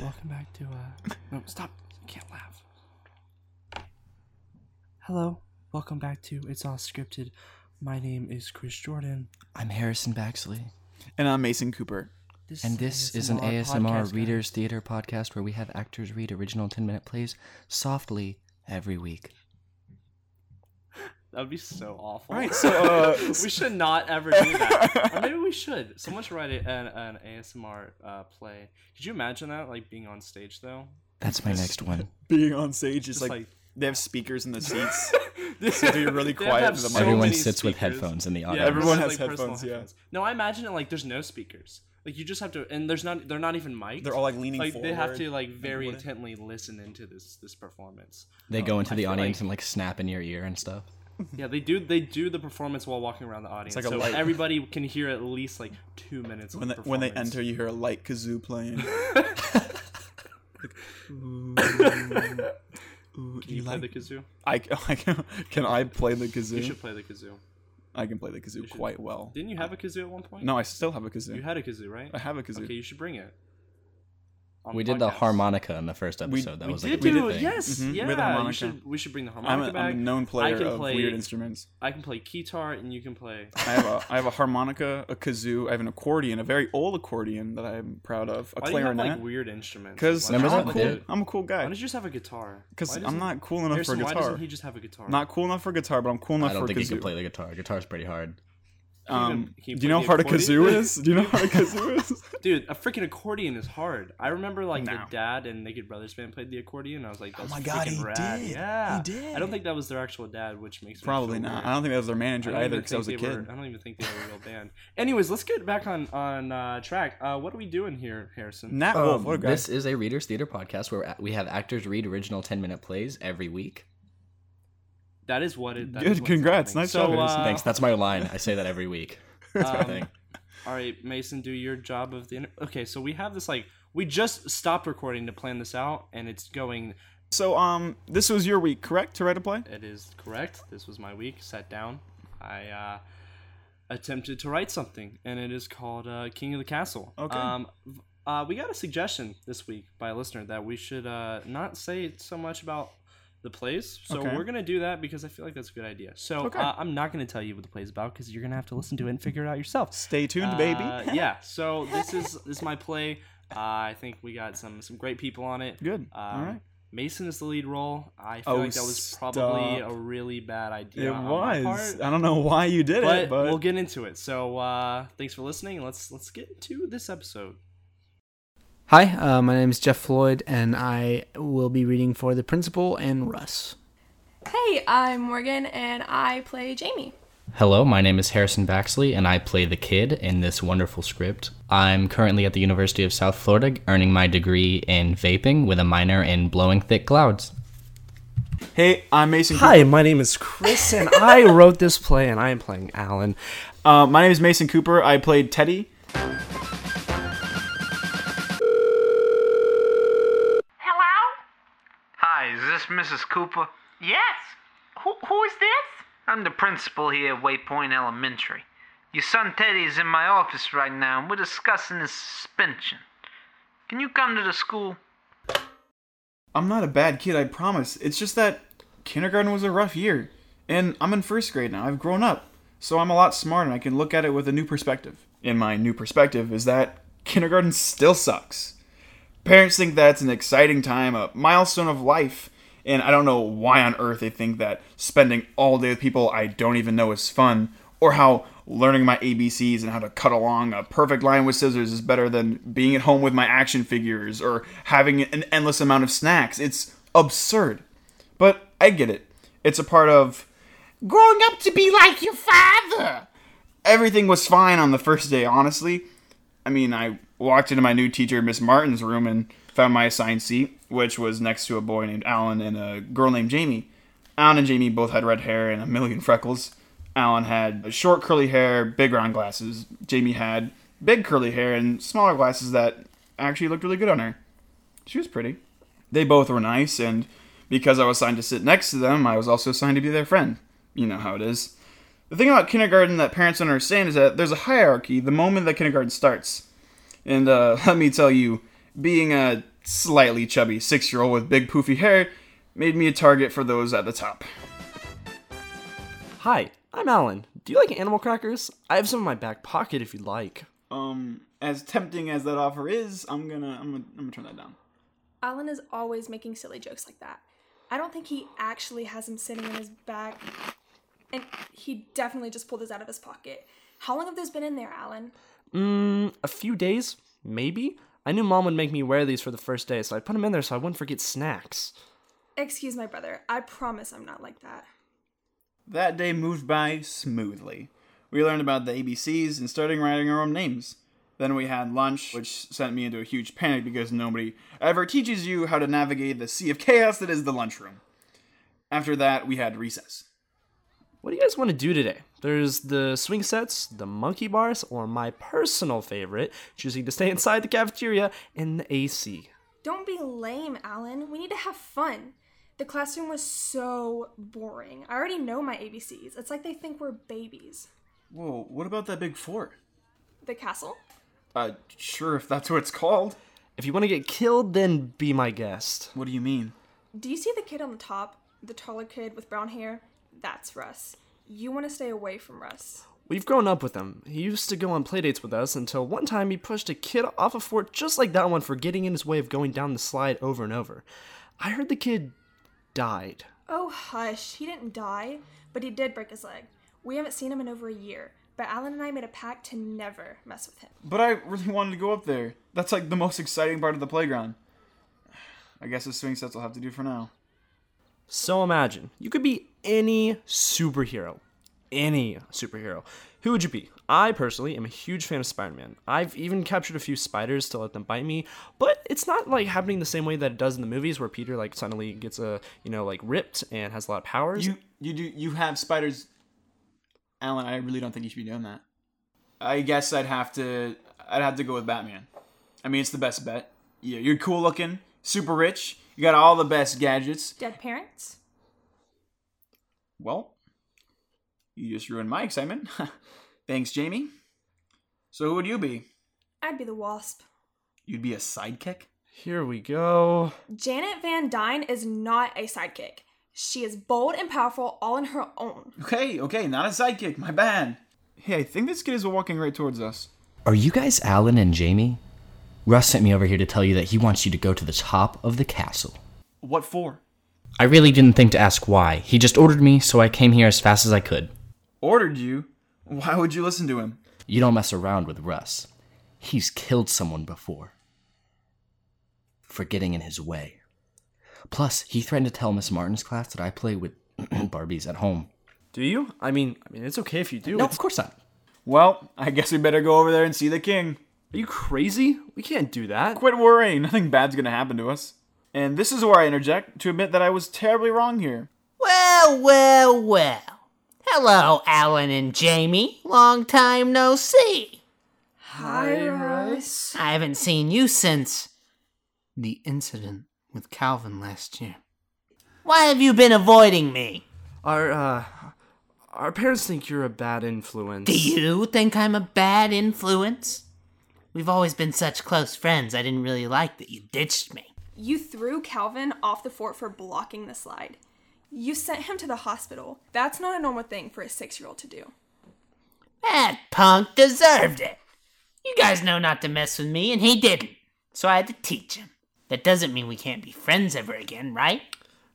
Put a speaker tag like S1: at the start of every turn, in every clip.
S1: Welcome back to uh no stop I can't laugh. Hello, welcome back to It's All Scripted. My name is Chris Jordan.
S2: I'm Harrison Baxley,
S3: And I'm Mason Cooper.
S1: This
S2: and this is an ASMR
S1: podcast, guys.
S2: Readers Theater podcast where we have actors read original 10 minute plays softly every week.
S1: That would be so awful.
S3: All right, so, uh,
S1: we should not ever do that. or maybe we should. Someone should write a- an, an ASMR uh, play. Could you imagine that, like being on stage though?
S2: That's my next one.
S3: Being on stage is
S1: Just
S3: like,
S1: like-
S3: they have speakers in the seats. so you're really
S1: They
S3: quiet
S1: have
S3: for the
S1: so
S3: mic.
S2: Everyone
S1: many
S2: sits with
S1: speakers.
S2: headphones in the
S1: Yeah,
S2: audience.
S3: everyone
S1: this
S3: has
S1: is, like, personal
S3: headphones, yeah.
S1: No, I imagine it like there's no speakers. Like you just have to, and there's not. They're not even mic.
S3: They're all like leaning
S1: like
S3: forward.
S1: they have to like very
S3: wouldn't-
S1: intently listen into this this performance.
S2: They go into
S1: I
S2: the
S1: feel
S2: audience
S1: like-
S2: and like snap in your ear and stuff.
S1: Yeah, they do they do the performance while walking around the audience,
S3: like a
S1: so
S3: light-
S1: everybody can hear at least like two minutes.
S3: when they,
S1: of the
S3: when they
S1: performance.
S3: enter, you hear a light kazoo playing. Ooh,
S1: Can you, play the kazoo?
S3: I, I can, can I play the kazoo?
S1: You should play the kazoo.
S3: I can play the kazoo quite well.
S1: Didn't you have a kazoo at one point?
S3: No, I still have a kazoo.
S1: you had a kazoo, right?
S3: I have a kazoo.
S1: Okay, you should bring it. On
S2: We did the
S1: podcast.
S2: harmonica in the first episode. that
S3: we
S2: was
S1: Did
S2: like a
S1: you?
S2: big thing.
S1: Yes.
S3: Mhm, we
S1: Yeah.
S3: had the
S1: you
S3: harmonica.
S1: should. We should bring the
S3: I'm,
S1: harmonica
S3: a,
S1: back.
S3: I'm a known player
S1: can
S3: of
S1: play-
S3: weird instruments.
S1: I can play guitar and you can play.
S3: I have a I have a harmonica, a kazoo, I have an accordion, a very old accordion that I'm proud of, a
S1: Why do you have
S3: clarinet.
S1: like weird instruments?
S3: Because
S1: Why
S3: I'm,
S2: Remember
S1: doesn't-
S2: that
S3: a
S2: one
S3: cool,
S2: dude?
S3: I'm a cool
S1: Why
S3: guy.
S1: don't you just have a guitar?
S3: Because
S1: Why
S3: I'm
S1: doesn't-
S3: not cool enough
S1: Harrison,
S3: for
S1: Why
S3: guitar.
S1: doesn't he just have a guitar?
S3: Not cool enough for guitar, but I'm cool enough
S2: I don't
S3: for
S2: think you can
S3: kazoo.
S2: play the guitar. Guitar's pretty hard.
S3: um,
S1: Can you
S3: do you
S1: play
S3: know
S1: the
S3: how hard a
S1: accordion?
S3: kazoo is? Do you know how hard a kazoo is?
S1: dude. A freaking accordion is hard. I remember like
S3: No. Oh
S1: the dad and Naked Brothers band played the accordion. And I was like, That's
S3: my God,
S1: freaking
S3: he
S1: rad.
S3: did. He
S1: Yeah, I don't
S3: did.
S1: think that was their actual dad, which makes me
S3: Probably
S1: feel
S3: not.
S1: weird.
S3: I don't think that was their manager
S1: don't
S3: either,
S1: even
S3: because I was a
S1: think they
S3: kid.
S1: were- I don't even think they were a real band. Anyways, let's get back on on uh, track. Uh, what are we doing here, Harrison?
S3: Nat Wolf, what a Oh, guy.
S2: Um, This is a Readers Theater podcast where we have actors read original 10 minute plays every week.
S1: That is what it. that
S3: Good,
S1: is what's
S3: congrats.
S1: happening.
S3: Nice
S1: so,
S3: job, Harrison.
S1: uh,
S2: Thanks. That's my line. I say that every week. That's my
S1: Um,
S2: thing.
S1: All right, Mason, do your job of the. Inter- okay, so we have this like we just stopped recording to plan this out, and it's going.
S3: So, um, this was your week, correct, to write a play?
S1: It is correct. This was my week. Sat down. I uh, attempted to write something, and it is called uh, King of the Castle.
S3: Okay.
S1: Um, v- uh, we got a suggestion this week by a listener that we should uh, not say so much about the plays. So
S3: Okay.
S1: we're gonna do that because I feel like that's a good idea. So
S3: Okay.
S1: uh, I'm not gonna tell you what the play's about because you're gonna have to listen to it and figure it out yourself.
S3: Stay tuned, baby.
S1: Uh, yeah. So this is this is my play. Uh, I think we got some some great people on it.
S3: Good.
S1: Um,
S3: All right.
S1: Mason is the lead role. I feel
S3: Oh,
S1: like that was probably
S3: stop.
S1: a really bad idea.
S3: It
S1: on my
S3: was.
S1: part,
S3: I don't know why you did
S1: but,
S3: it, but
S1: we'll get into it. So uh, thanks for listening. Let's let's get into this episode.
S4: Hi, uh, my name is Jeff Floyd, and I will be reading for the principal and Russ.
S5: Hey, I'm Morgan and I play Jamie.
S2: Hello, my name is Harrison Baxley, and I play the kid in this wonderful script. I'm currently at the University of South Florida earning my degree in vaping with a minor in blowing thick clouds.
S3: hey, I'm Mason. Cooper.
S1: Hi, my name is Chris, and I wrote this play, and I am playing Alan.
S3: Uh, my name is Mason Cooper. I played Teddy.
S6: Hello?
S7: Hi, is this Mrs. Cooper?
S6: Yes. Who, who is this?
S7: I'm the principal here at Waypoint Elementary. Your son Teddy is in my office right now, and we're discussing his suspension. Can you come to the school?
S3: I'm not a bad kid, I promise. It's just that kindergarten was a rough year, and I'm in first grade now. I've grown up, so I'm a lot smarter and I can look at it with a new perspective. And my new perspective is that kindergarten still sucks. Parents think that's an exciting time, a milestone of life, and I don't know why on earth they think that spending all day with people I don't even know is fun, or how learning my ABCs and how to cut along a perfect line with scissors is better than being at home with my action figures or having an endless amount of snacks. It's absurd. But I get it. It's a part of growing up to be like your father. Everything was fine on the first day, honestly. I mean, I walked into my new teacher, Miss Martin's room, and found my assigned seat, which was next to a boy named Alan and a girl named Jamie. Alan and Jamie both had red hair and a million freckles. Alan had short curly hair, big round glasses. Jamie had big curly hair and smaller glasses that actually looked really good on her. She was pretty. They both were nice, and because I was assigned to sit next to them, I was also assigned to be their friend. You know how it is. The thing about kindergarten that parents don't understand is that there's a hierarchy the moment that kindergarten starts. And uh, let me tell you, being a slightly chubby six year old with big poofy hair made me a target for those at the top.
S1: Hi, I'm Alan. Do you like animal crackers? I have some in my back pocket if you'd like.
S3: Um, as tempting as that offer is, I'm gonna I'm gonna, I'm gonna turn that down.
S5: Alan is always making silly jokes like that. I don't think he actually has him sitting in his bag. And he definitely just pulled this out of his pocket. How long have those been in there, Alan?
S1: Mmm, a few days, maybe? I knew mom would make me wear these for the first day, so I put them in there so I wouldn't forget snacks.
S5: Excuse my brother. I promise I'm not like that.
S3: That day moved by smoothly. We learned about the ABCs and started writing our own names. Then we had lunch, which sent me into a huge panic because nobody ever teaches you how to navigate the sea of chaos that is the lunchroom. After that, we had recess.
S1: What do you guys want to do today? There's the swing sets, the monkey bars, or my personal favorite, choosing to stay inside the cafeteria in the AC.
S5: Don't be lame, Alan. We need to have fun. The classroom was so boring. I already know my ABCs. It's like they think we're babies.
S3: Whoa, what about that big fort?
S5: The castle?
S3: Uh, sure, if that's what it's called.
S1: If you want to get killed, then be my guest.
S3: What do you mean?
S5: Do you see the kid on the top? The taller kid with brown hair? That's Russ. You want to stay away from Russ.
S1: We've grown up with him. He used to go on playdates with us until one time he pushed a kid off a fort just like that one for getting in his way of going down the slide over and over. I heard the kid died.
S5: Oh, hush. He didn't die, but he did break his leg. We haven't seen him in over a year, but Alan and I made a pact to never mess with him.
S3: But I really wanted to go up there. That's like the most exciting part of the playground. I guess the swing sets will have to do for now.
S1: So imagine you could be any superhero. Any superhero. Who would you be? I personally am a huge fan of Spider Man. I've even captured a few spiders to let them bite me, but it's not like happening the same way that it does in the movies where Peter like suddenly gets a, you know, like ripped and has a lot of powers.
S3: You you do you have spiders, Alan. I really don't think you should be doing that. I guess I'd have to I'd have to go with Batman. I mean, it's the best bet. Yeah, you're cool looking, super rich. You got all the best gadgets.
S5: Dead parents?
S3: Well, you just ruined my excitement. Thanks, Jamie. So who would you be?
S5: I'd be the wasp.
S3: You'd be a sidekick.
S1: Here we go.
S5: Janet Van Dyne is not a sidekick. She is bold and powerful all on her own.
S3: Okay, okay, not a sidekick. My bad. Hey, I think this kid is walking right towards us.
S2: Are you guys Alan and Jamie? Russ sent me over here to tell you that he wants you to go to the top of the castle.
S3: What for?
S2: I really didn't think to ask why. He just ordered me, so I came here as fast as I could.
S3: Ordered you? Why would you listen to him?
S2: You don't mess around with Russ. He's killed someone before for getting in his way. Plus, he threatened to tell Miss Martin's class that I play with Barbies at home.
S1: Do you? I mean, I mean, it's okay if you do.
S2: No,
S1: It's-
S2: of course not.
S3: Well, I guess we better go over there and see the king.
S1: Are you crazy? We can't do that.
S3: Quit worrying, nothing bad's gonna happen to us. And this is where I interject to admit that I was terribly wrong here.
S8: Well, well, well. Hello, Alan and Jamie. Long time no see.
S5: Hi, Russ.
S8: I haven't seen you since the incident with Calvin last year. Why have you been avoiding me?
S1: Our uh, our parents think you're a bad influence.
S8: Do you think I'm a bad influence? We've always been such close friends. I didn't really like that you ditched me.
S5: You threw Calvin off the fort for blocking the slide. You sent him to the hospital. That's not a normal thing for a six year old to do.
S8: That punk deserved it. You guys know not to mess with me, and he didn't. So I had to teach him. That doesn't mean we can't be friends ever again, right?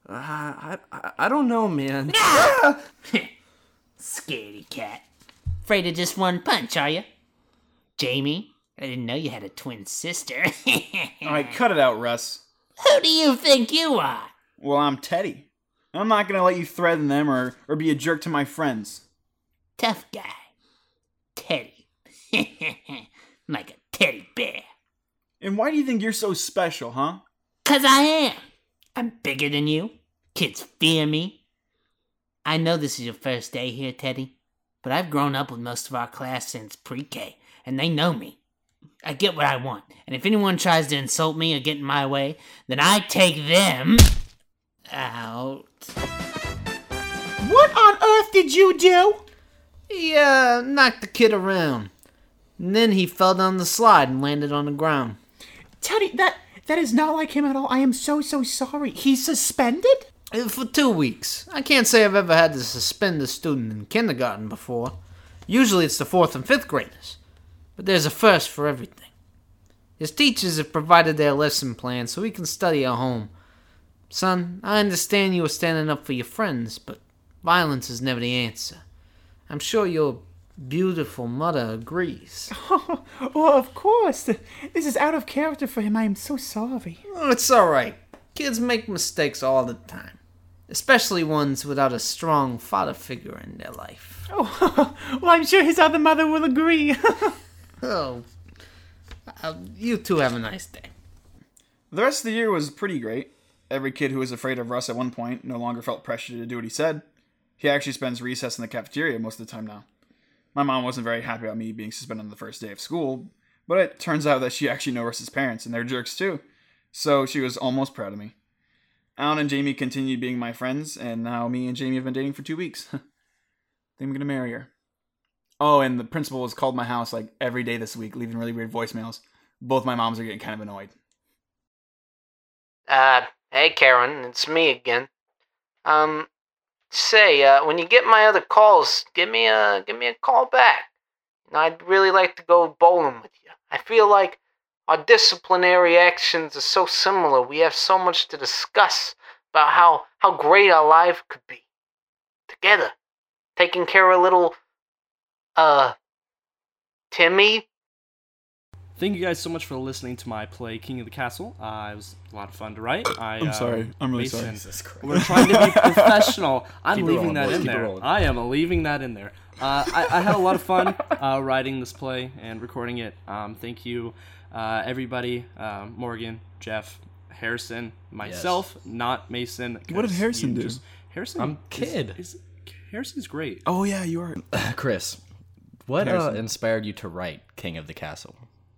S1: Uh, I, I I don't know, man.
S8: Scaredy cat. Afraid of just one punch, are you? Jamie, I didn't know you had a twin sister. Who
S3: Alright, cut it out, Russ.
S8: do you think you are?
S3: Well, I'm Teddy. I'm not gonna let you threaten them or, or be a jerk to my friends.
S8: Tough guy. Teddy. like a teddy bear.
S3: And why do you think you're so special, huh?
S8: Cause I am. I'm bigger than you. Kids fear me. I know this is your first day here, Teddy, but I've grown up with most of our class since pre K, and they know me. I get what I want, and if anyone tries to insult me or get in my way, then I take them out. What on earth did you do? He, uh, knocked the kid around. And then he fell down the slide and landed on the ground.
S9: Teddy, that that is not like him at all. I am so so sorry. He's suspended?
S7: Uh, For two weeks. I can't say I've ever had to suspend a student in kindergarten before. Usually it's the fourth and fifth graders. But there's a first for everything. His teachers have provided their lesson plan so he can study at home. Son, I understand you are standing up for your friends, but violence is never the answer. I'm sure your beautiful mother agrees.
S9: Well, of course. This is out of character for him. I am so sorry.
S7: Oh, It's alright. Kids make mistakes all the time. Especially ones without a strong father figure in their life.
S9: Oh, well, I'm sure his other mother will agree.
S7: Oh. Uh, you two have a nice day.
S3: The rest of the year was pretty great. Every kid who was afraid of Russ at one point no longer felt pressure to do what he said. He actually spends recess in the cafeteria most of the time now. My mom wasn't very happy about me being suspended on the first day of school, but it turns out that she actually knows Russ's parents, and they're jerks too, so she was almost proud of me. Alan and Jamie continued being my friends, and now me and Jamie have been dating for two weeks. Think I'm gonna marry her. Oh, and the principal has called my house like every day this week, leaving really weird voicemails. Both my moms are getting kind of annoyed.
S7: Uh, hey Karen, it's me again. Um, say, uh, when you get my other calls, give me a give me a call back. And I'd really like to go bowling with you. I feel like our disciplinary actions are so similar. We have so much to discuss about how how great our life could be together, taking care of little uh Timmy.
S1: Thank you guys so much for listening to my play, King of the Castle. Uh, it was a lot of fun to write. I,
S3: I'm
S1: uh,
S3: sorry. I'm really sorry.
S1: Mason, I'm gonna try to be professional. I'm
S2: Keep it
S1: leaving
S2: rolling,
S1: that
S2: boys.
S1: in
S2: Keep it
S1: there.
S2: rolling.
S1: I am leaving that in there. Uh, I, I had a lot of fun uh, writing this play and recording it. Um, thank you, uh, everybody. Um, Morgan, Jeff, Harrison, myself, not Mason. 'cause
S3: What did Harrison
S1: you
S3: do?
S1: Harrison,
S2: I'm
S1: is-
S2: kid.
S1: Is, Harrison's great.
S3: Oh yeah, you are.
S2: Uh, Chris, what uh,
S3: Harrison.
S2: inspired you to write King of the Castle?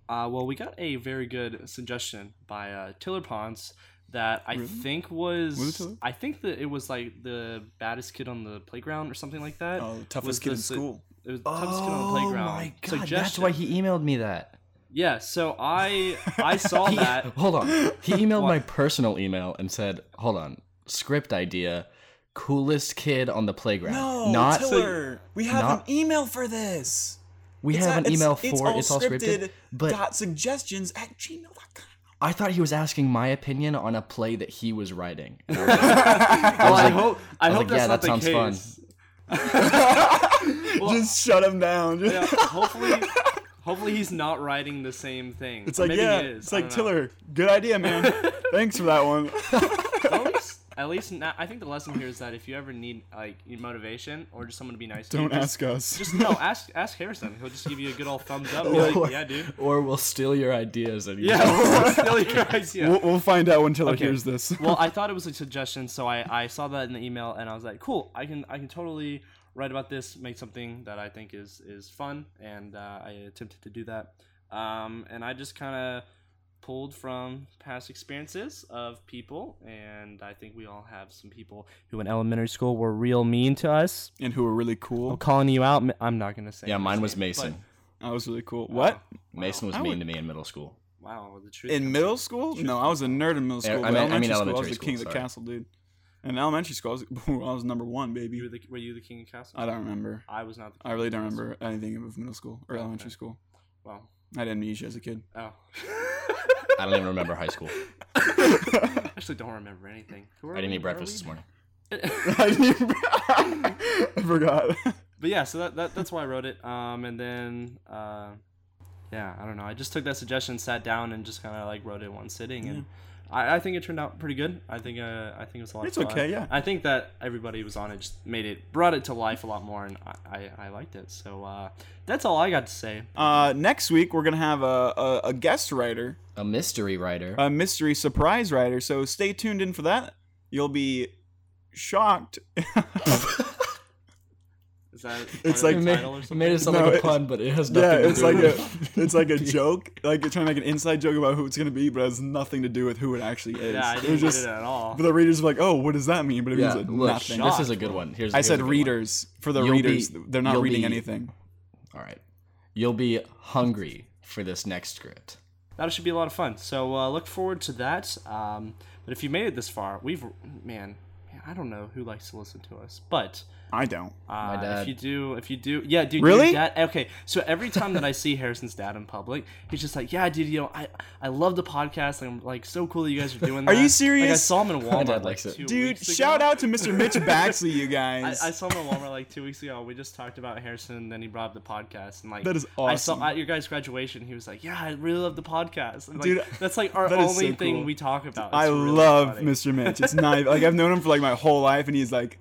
S1: Uh, well, we got a very good suggestion by uh, Tiller Pons that I think was,
S3: Was it Tiller?
S1: I think that it was like the baddest kid on the playground or something like that.
S3: Oh, the toughest
S1: was
S3: kid
S1: the
S3: in
S1: su-
S3: school. Oh
S1: It was the toughest kid on the playground.
S2: that's why
S1: suggestion.
S2: he emailed me that.
S1: Yeah, so I I saw that.
S2: Hold on. He emailed my personal email and said, "Hold on, script idea, coolest kid on the playground." not
S10: we have
S2: not-
S10: an email for this.
S2: we
S10: It's
S2: have
S10: a-
S2: an email for
S10: it's,
S2: it's
S10: all
S2: scripted, but
S10: dot suggestions at gmail.com.
S2: I thought he was asking my opinion on a play that he was writing. And I was
S1: Well, I,
S2: like-
S1: hope I,
S2: was
S1: hope
S2: like,
S1: that's
S2: yeah,
S1: not
S2: that sounds
S1: the
S2: fun.
S1: case.
S10: Just shut him down.
S1: Yeah, hopefully, hopefully he's not writing the same thing.
S10: It's like
S1: Maybe
S10: yeah,
S1: he is.
S10: it's
S1: I
S10: like
S1: don't know.
S10: Tiller. Good idea, man. Thanks for that one.
S1: at least, at least na I think the lesson here is that if you ever need like your motivation or just someone to be nice to, you,
S10: Don't
S1: just,
S10: ask us.
S1: Just no, ask ask Harrison. He'll just give you a good old thumbs up. And be like, yeah, dude.
S2: or we'll steal your ideas and
S1: Yeah, we'll steal your idea.
S10: We'll, we'll find out when Tiller
S1: Okay.
S10: hears this.
S1: well, I thought it was a suggestion, so I, I saw that in the email and I was like, cool, I can I can totally write about this, make something that I think is is fun, and uh, I attempted to do that. Um, and I just kind of pulled from past experiences of people, and I think we all have some people who in elementary school were real mean to us.
S10: And who are really cool.
S2: Oh,
S1: I'm calling you out. I'm not gonna say.
S2: Yeah,
S1: his
S2: mine was
S1: name,
S2: Mason.
S10: That was really
S2: Oh,
S10: cool. What?
S2: Mason was mean to me in middle school.
S1: but- wow, the truth.
S10: In
S1: comes
S10: middle
S1: out.
S10: school? No, I was a nerd in middle
S2: Yeah,
S10: school. but
S2: I mean- I
S10: elementary
S2: mean
S10: school, I was
S2: elementary
S10: the king of the
S2: school, sorry.
S10: castle, dude. In elementary school, I was, I was number one, baby.
S1: You were, the, were you the king of castle?
S10: I don't remember.
S1: I was not. The king
S10: I really
S1: of
S10: don't
S1: Castle.
S10: remember anything of middle school or elementary school.
S1: Wow.
S10: I had amnesia as a kid.
S1: Oh.
S2: I don't even remember high school.
S1: I actually don't remember anything. Who are
S2: I didn't
S1: we-
S2: eat
S1: where are
S2: breakfast this
S1: we?
S2: morning.
S10: I, didn't even- I forgot.
S1: But yeah, so that, that that's why I wrote it. Um, and then uh, yeah, I don't know. I just took that suggestion, sat down, and just kind of like wrote it in one sitting, and I, I think it turned out pretty good. I think uh, I think it was a lot.
S10: It's
S1: of fun.
S10: okay, yeah.
S1: I think that everybody who was on it just made it brought it to life a lot more, and I I, I liked it. So uh, that's all I got to say.
S10: Uh, next week, we're going to have a, a, a guest writer,
S2: A mystery writer.
S10: a mystery surprise writer. So stay tuned in for that. You'll be shocked.
S1: Is that
S10: It's like-
S1: part of the
S2: it made,
S1: title or
S2: it
S1: something?
S2: made it sound
S10: No,
S2: like a
S10: it-
S2: pun, but it has nothing
S10: yeah,
S2: to
S10: it's
S2: do
S10: like a
S2: with
S10: it's like a joke. Like you're trying to make an inside joke about who it's going to be, but it has nothing to do with who it actually is.
S1: yeah, I
S10: It
S1: didn't
S10: was
S1: get
S10: just-
S1: it at all.
S10: But the readers are like, oh, what does that mean? But it
S2: Yeah,
S10: means
S2: look,
S10: nothing.
S2: this is a good one. Here's
S10: I
S2: here's a
S10: said
S2: good one.
S10: readers for the
S2: You'll be-
S10: readers. they're not
S2: you'll
S10: reading
S2: be-
S10: anything.
S2: All right, you'll be hungry for this next script.
S1: that should be a lot of fun. So uh, look forward to that. Um, but if you made it this far, we've man, man, I don't know who likes to listen to us, but
S3: I don't.
S1: uh,
S10: Ah,
S3: My
S1: If
S3: dad.
S1: you do, if you do, yeah, dude.
S3: Really?
S1: your Dad, okay. So every time that I see Harrison's dad in public, he's just like, "Yeah, dude, you know, I I love the podcast. Like, I'm like so cool that you guys are doing that."
S3: Are you
S1: Like, I
S3: serious?
S1: saw him in
S3: My
S1: Walmart.
S3: dad
S1: like,
S3: likes it.
S1: two
S3: Dude,
S1: weeks
S3: shout
S1: ago.
S3: out to Mr. Mitch Baxley, you guys.
S1: I, I saw him in Walmart like two weeks ago. We just talked about Harrison, and then he brought up the podcast, and like
S3: That is
S1: I saw
S3: awesome.
S1: at your guys' graduation, he was like, "Yeah, I really love the podcast." And, like,
S3: Dude,
S1: that's like our
S3: that is so
S1: only thing
S3: cool.
S1: we talk about.
S3: I
S1: It's really
S3: love
S1: funny.
S3: Mr. Mitch. It's not like I've known him for like my whole life, and he's like,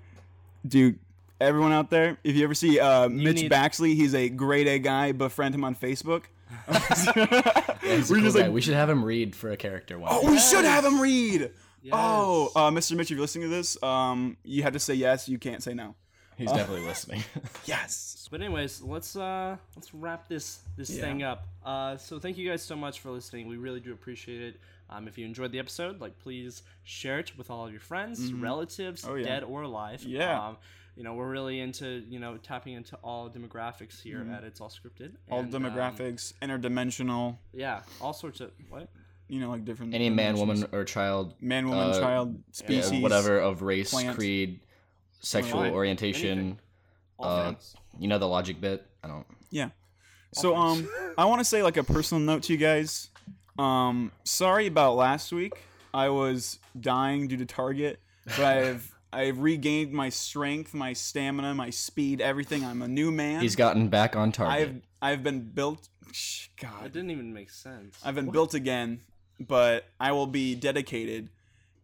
S3: dude. Everyone out there, if you ever see uh, Mitch
S1: need-
S3: Baxley, he's a grade A guy. Befriend him on Facebook.
S2: He's a
S3: We're
S2: cool
S3: just
S2: guy.
S3: like-
S2: we should have him read for a character one.
S3: Oh, we should have him read. Oh, uh, Mr. Mitch, if you're listening to this, um, you have to say yes. You can't say no.
S2: He's
S10: oh.
S3: Uh,
S2: definitely listening.
S3: yes.
S1: But anyways, let's uh let's wrap this this
S2: Yeah.
S1: thing up. Uh, so thank you guys so much for listening. We really do appreciate it. Um, if you enjoyed the episode, like please share it with all of your friends,
S3: Mhm.
S1: relatives,
S3: Oh, yeah.
S1: dead or alive.
S3: Yeah.
S1: Um, you know we're really into you know tapping into all demographics here
S3: Mhm.
S1: at It's All Scripted.
S3: All
S1: And, um,
S3: demographics, interdimensional,
S1: yeah, all sorts of what.
S3: you know, like different.
S2: Any man,
S3: dimensions.
S2: woman, or child.
S3: Man, woman, child,
S2: yeah,
S3: species,
S2: whatever of race,
S3: plant.
S2: creed, sexual
S1: Plant.
S2: orientation. Uh, you know the logic bit. I don't.
S3: Yeah. So um I want to say like a personal note to you guys. Um sorry about last week. I was dying due to Target, but I've I've regained my strength, my stamina, my speed, everything. I'm a new man.
S2: He's gotten back on target.
S3: I've I've been built Shh,
S1: That
S3: God.
S1: didn't even make sense.
S3: I've been
S1: What?
S3: built again, but I will be dedicated.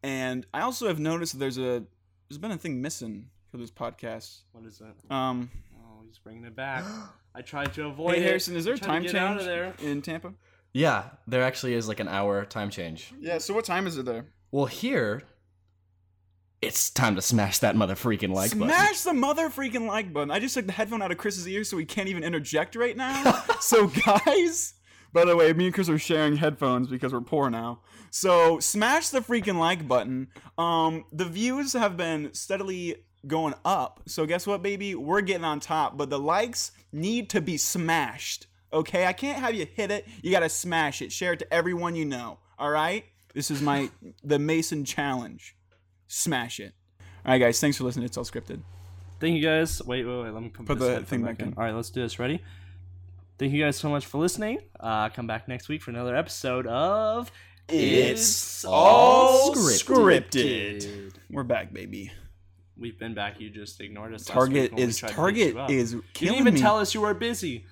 S3: And I also have noticed that there's a there's been a thing missing for this podcast.
S1: What is that?
S3: Um
S1: Oh, he's bringing it back. I tried to avoid
S3: Hey
S1: it.
S3: Harrison, is there
S1: I
S3: a
S1: tried to
S3: time
S1: get
S3: change
S1: Out of there.
S3: in Tampa?
S2: yeah, there actually is like an hour time change.
S3: Yeah, so what time is it there?
S2: Well, here, it's time to smash that mother freaking like button.
S3: Smash the mother freaking like button. I just took the headphone out of Chris's ear so he can't even interject right now. so guys, by the way, me and Chris are sharing headphones because we're poor now. So smash the freaking like button. Um the views have been steadily going up. So guess what, baby? We're getting on top, but the likes need to be smashed. Okay? I can't have you hit it. You got to smash it. Share it to everyone you know. All right? This is my the Mason challenge. Smash it. All right, guys. Thanks for listening. It's all scripted.
S1: Thank you guys. Wait, wait, wait. Let me put,
S3: Put
S1: this
S3: the
S1: headphone
S3: thing
S1: back
S3: back
S1: in.
S3: in.
S1: All right, let's do this. Ready? Thank you guys so much for listening. Uh, come back next week for another episode of
S3: It's All Scripted.
S1: Scripted.
S3: We're back, baby.
S1: We've been back. You just ignored us. last
S3: Target
S1: week when we
S3: is-
S1: tried to
S3: Target
S1: hit you up.
S3: is
S1: You
S3: killing
S1: didn't even
S3: me.
S1: tell us you were busy.